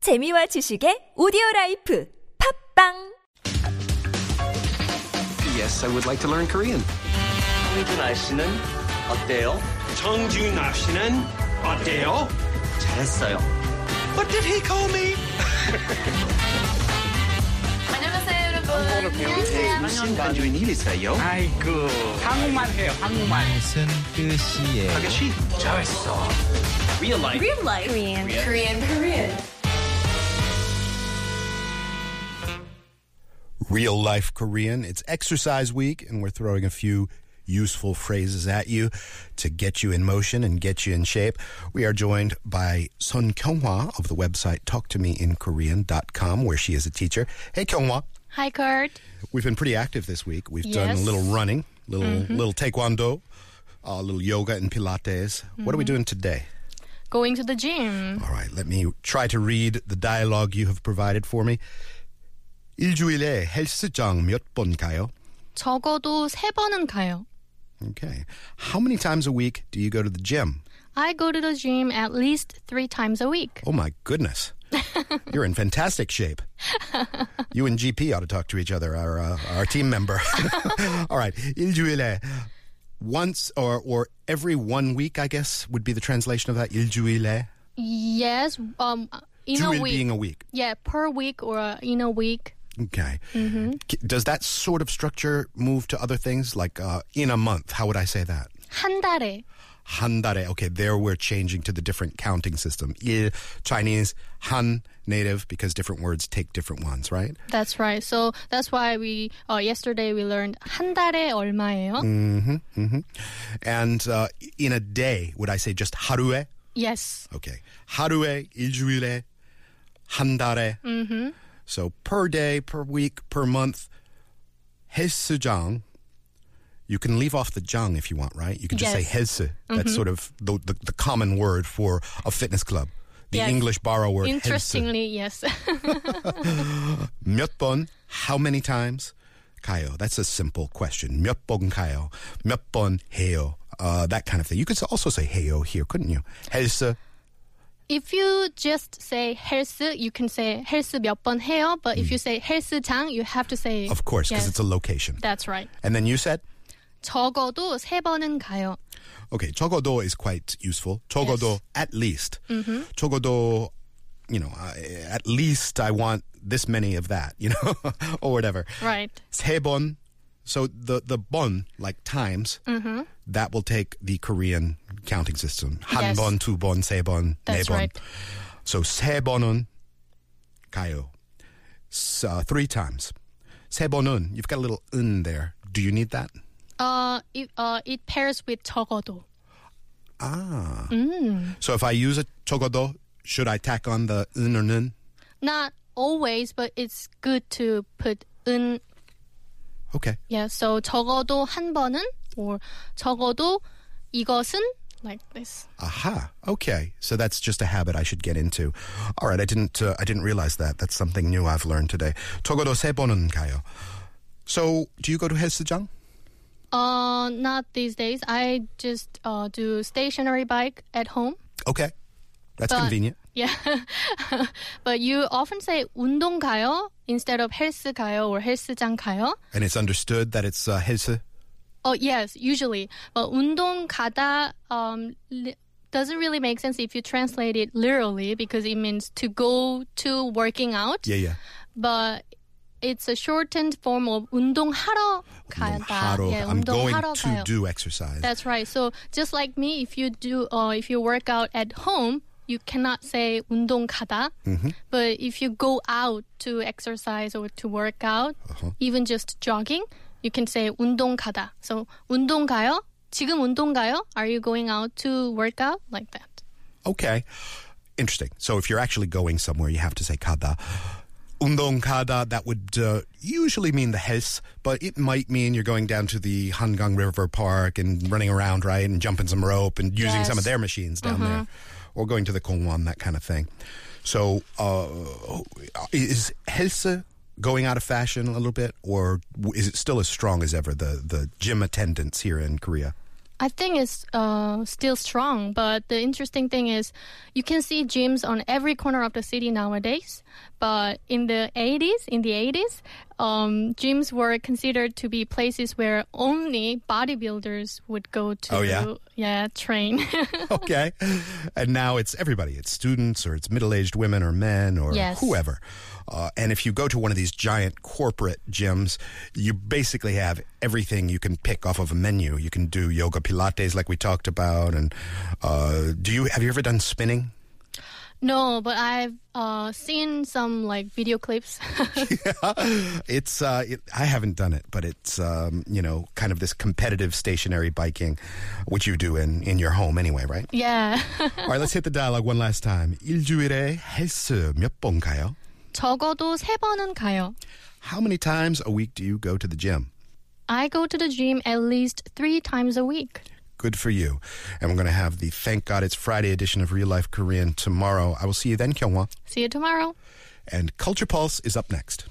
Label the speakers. Speaker 1: 재미와 지식의 오디오 라이프 팝빵
Speaker 2: Yes, I would like to learn Korean.
Speaker 3: 홍준아 씨는 어때요?
Speaker 4: 정준하 씨는 어때요?
Speaker 3: 잘했어요.
Speaker 2: What did he call me?
Speaker 5: 안녕하세요 여러분.
Speaker 3: 무슨 간주인 일이세요?
Speaker 4: 아이고 한국말 해요 한국말
Speaker 6: 무슨 뜻이에요?
Speaker 3: 아가씨 잘했어. Real life.
Speaker 5: Korean Korean.
Speaker 7: Real Life Korean. It's exercise week, and we're throwing a few useful phrases at you to get you in motion and get you in shape. We are joined by Sun Kyunghwa of the website talktomeinkorean.com, where she is a teacher. Hey, Kyunghwa.
Speaker 8: Hi, Kurt.
Speaker 7: We've been pretty active this week. We've done a
Speaker 8: Yes. Mm-hmm.
Speaker 7: little running, little little taekwondo, a little yoga and pilates. What
Speaker 8: Mm-hmm.
Speaker 7: are we doing today?
Speaker 8: Going to the gym.
Speaker 7: All right, let me try to read the dialogue you have provided for me. 일주일에 헬스장 몇번 가요?
Speaker 8: 적어도 세 번은 가요.
Speaker 7: Okay. How many times a week do you go to the gym?
Speaker 8: I go to the gym at least three times a week.
Speaker 7: Oh my goodness. You're in fantastic shape. You and GP ought to talk to each other, our uh, our team member. All right. 일주일에 once or or every one week, I guess, would be the translation of that. 일주일에.
Speaker 8: Yes, um, in a
Speaker 7: Juil
Speaker 8: week.
Speaker 7: being a week.
Speaker 8: yeah, per week or uh, in a week.
Speaker 7: Okay. K- Does that sort of structure move to other things like uh, in a month? How would I say that?
Speaker 8: 한 달에.
Speaker 7: 한 달에. Okay, there we're changing to the different counting system. Il, Chinese, Han, native, because different words take different ones, right?
Speaker 8: That's right. So that's why we uh, yesterday we learned 한 달에 얼마예요?
Speaker 7: And uh, in a day, would I say just harue?
Speaker 8: Yes.
Speaker 7: Okay. Harue, iljuile, han dare. Mm-hmm. So per day, per week, per month, helsujang. You can leave off the jang if you want, right? You can just
Speaker 8: Yes. Mm-hmm.
Speaker 7: say helse. That's sort of the, the, the common word for a fitness club. The
Speaker 8: Yes.
Speaker 7: English borrow word. helse.
Speaker 8: Interestingly, yes.
Speaker 7: 몇 번, how many times? Kayo. That's a simple question. 몇 번 가요? 몇 번 해요? Uh, that kind of thing. You could also say heyo here, couldn't you? 헬스.
Speaker 8: if you just say 헬스, you can say 헬스 몇 번 해요. But if you say 헬스장, you have to say
Speaker 7: Of course, because
Speaker 8: Yes.
Speaker 7: it's a location.
Speaker 8: That's right.
Speaker 7: And then you said?
Speaker 8: 적어도 세 번은 가요.
Speaker 7: Okay, chogodo is quite useful.
Speaker 8: Yes.
Speaker 7: Chogodo,
Speaker 8: Mm-hmm.
Speaker 7: at least. Chogodo, you know, I, at least I want this many of that, you know, or whatever.
Speaker 8: Right.
Speaker 7: Sebon. So the the bon like times
Speaker 8: Mm-hmm.
Speaker 7: that will take the Korean counting system. Han
Speaker 8: Yes.
Speaker 7: bon, two bon, se bon, ne
Speaker 8: That's
Speaker 7: bon.
Speaker 8: right.
Speaker 7: So se bonun kayo. S- uh, three times. Se bonun. You've got a little un there. Do you need that?
Speaker 8: Uh, it, uh, it pairs with 적어도.
Speaker 7: Ah. So if I use a chogodo, should I tack on the un or nun?
Speaker 8: Not always, but it's good to put 은.
Speaker 7: Okay.
Speaker 8: Yeah, so 적어도 한 번은 or 적어도 이것은 like this.
Speaker 7: Aha. Okay. So that's just a habit I should get into. All right. I didn't. Uh, I didn't realize that. That's something new I've learned today. Togodo sebonon kayo. So, do you go to Helsejang?
Speaker 8: Uh, not these days. I just uh, do stationary bike at home.
Speaker 7: Okay, that's convenient.
Speaker 8: Yeah. but you often say 운동 가요 instead of 헬스 가요 or 헬스장 가요.
Speaker 7: And it's understood that it's uh, Helse.
Speaker 8: Oh yes, usually. But 운동 가다 um, li- doesn't really make sense if you translate it literally because it means to go to working out.
Speaker 7: Yeah, yeah.
Speaker 8: But it's a shortened form of 운동하러 가다.
Speaker 7: Haro.
Speaker 8: Yeah,
Speaker 7: I'm going
Speaker 8: 운동하러
Speaker 7: to
Speaker 8: 가요.
Speaker 7: do exercise.
Speaker 8: That's right. So just like me, if you do, uh, if you work out at home, you cannot say 운동 가다. But if you go out to exercise or to work out, even just jogging, you can say 운동 가다. So 운동 가요? 지금 운동 가요? Are you going out to work out like that?
Speaker 7: okay, interesting. So, if you're actually going somewhere, you have to say kada. Undong kada, that would uh, usually mean the Hels, but it might mean you're going down to the Hangang River Park and running around, right? And jumping some rope and using some
Speaker 8: Yes.
Speaker 7: of their machines down there. Or going to the Kongwan, that kind of thing. So, uh, is Helse going out of fashion a little bit, or is it still as strong as ever, the, the gym attendance here in Korea?
Speaker 8: I think it's uh, still strong, but the interesting thing is you can see gyms on every corner of the city nowadays. But in the 80s, in the 80s, um, gyms were considered to be places where only bodybuilders would go to.
Speaker 7: Oh, yeah?
Speaker 8: yeah, train.
Speaker 7: okay. And now it's everybody. It's students or it's middle aged women or men or
Speaker 8: Yes.
Speaker 7: whoever. Uh, and if you go to one of these giant corporate gyms, you basically have everything you can pick off of a menu. You can do yoga pilates, like we talked about, and uh, do you have you ever done spinning?
Speaker 8: no, but I've uh, seen some like video clips.
Speaker 7: It's uh, it, I haven't done it, but it's um, you know kind of this competitive stationary biking, which you do in in your home anyway, right?
Speaker 8: yeah.
Speaker 7: All right, let's hit the dialogue one last time. 일주일에 헬스 몇 번 가요?
Speaker 8: 적어도 세 번은 가요.
Speaker 7: How many times a week do you go to the gym?
Speaker 8: I go to the gym at least three times a week.
Speaker 7: Good for you. And we're going to have the Thank God It's Friday edition of Real Life Korean tomorrow. I will see you then, Kyunghwa.
Speaker 8: See you tomorrow.
Speaker 7: And Culture Pulse is up next.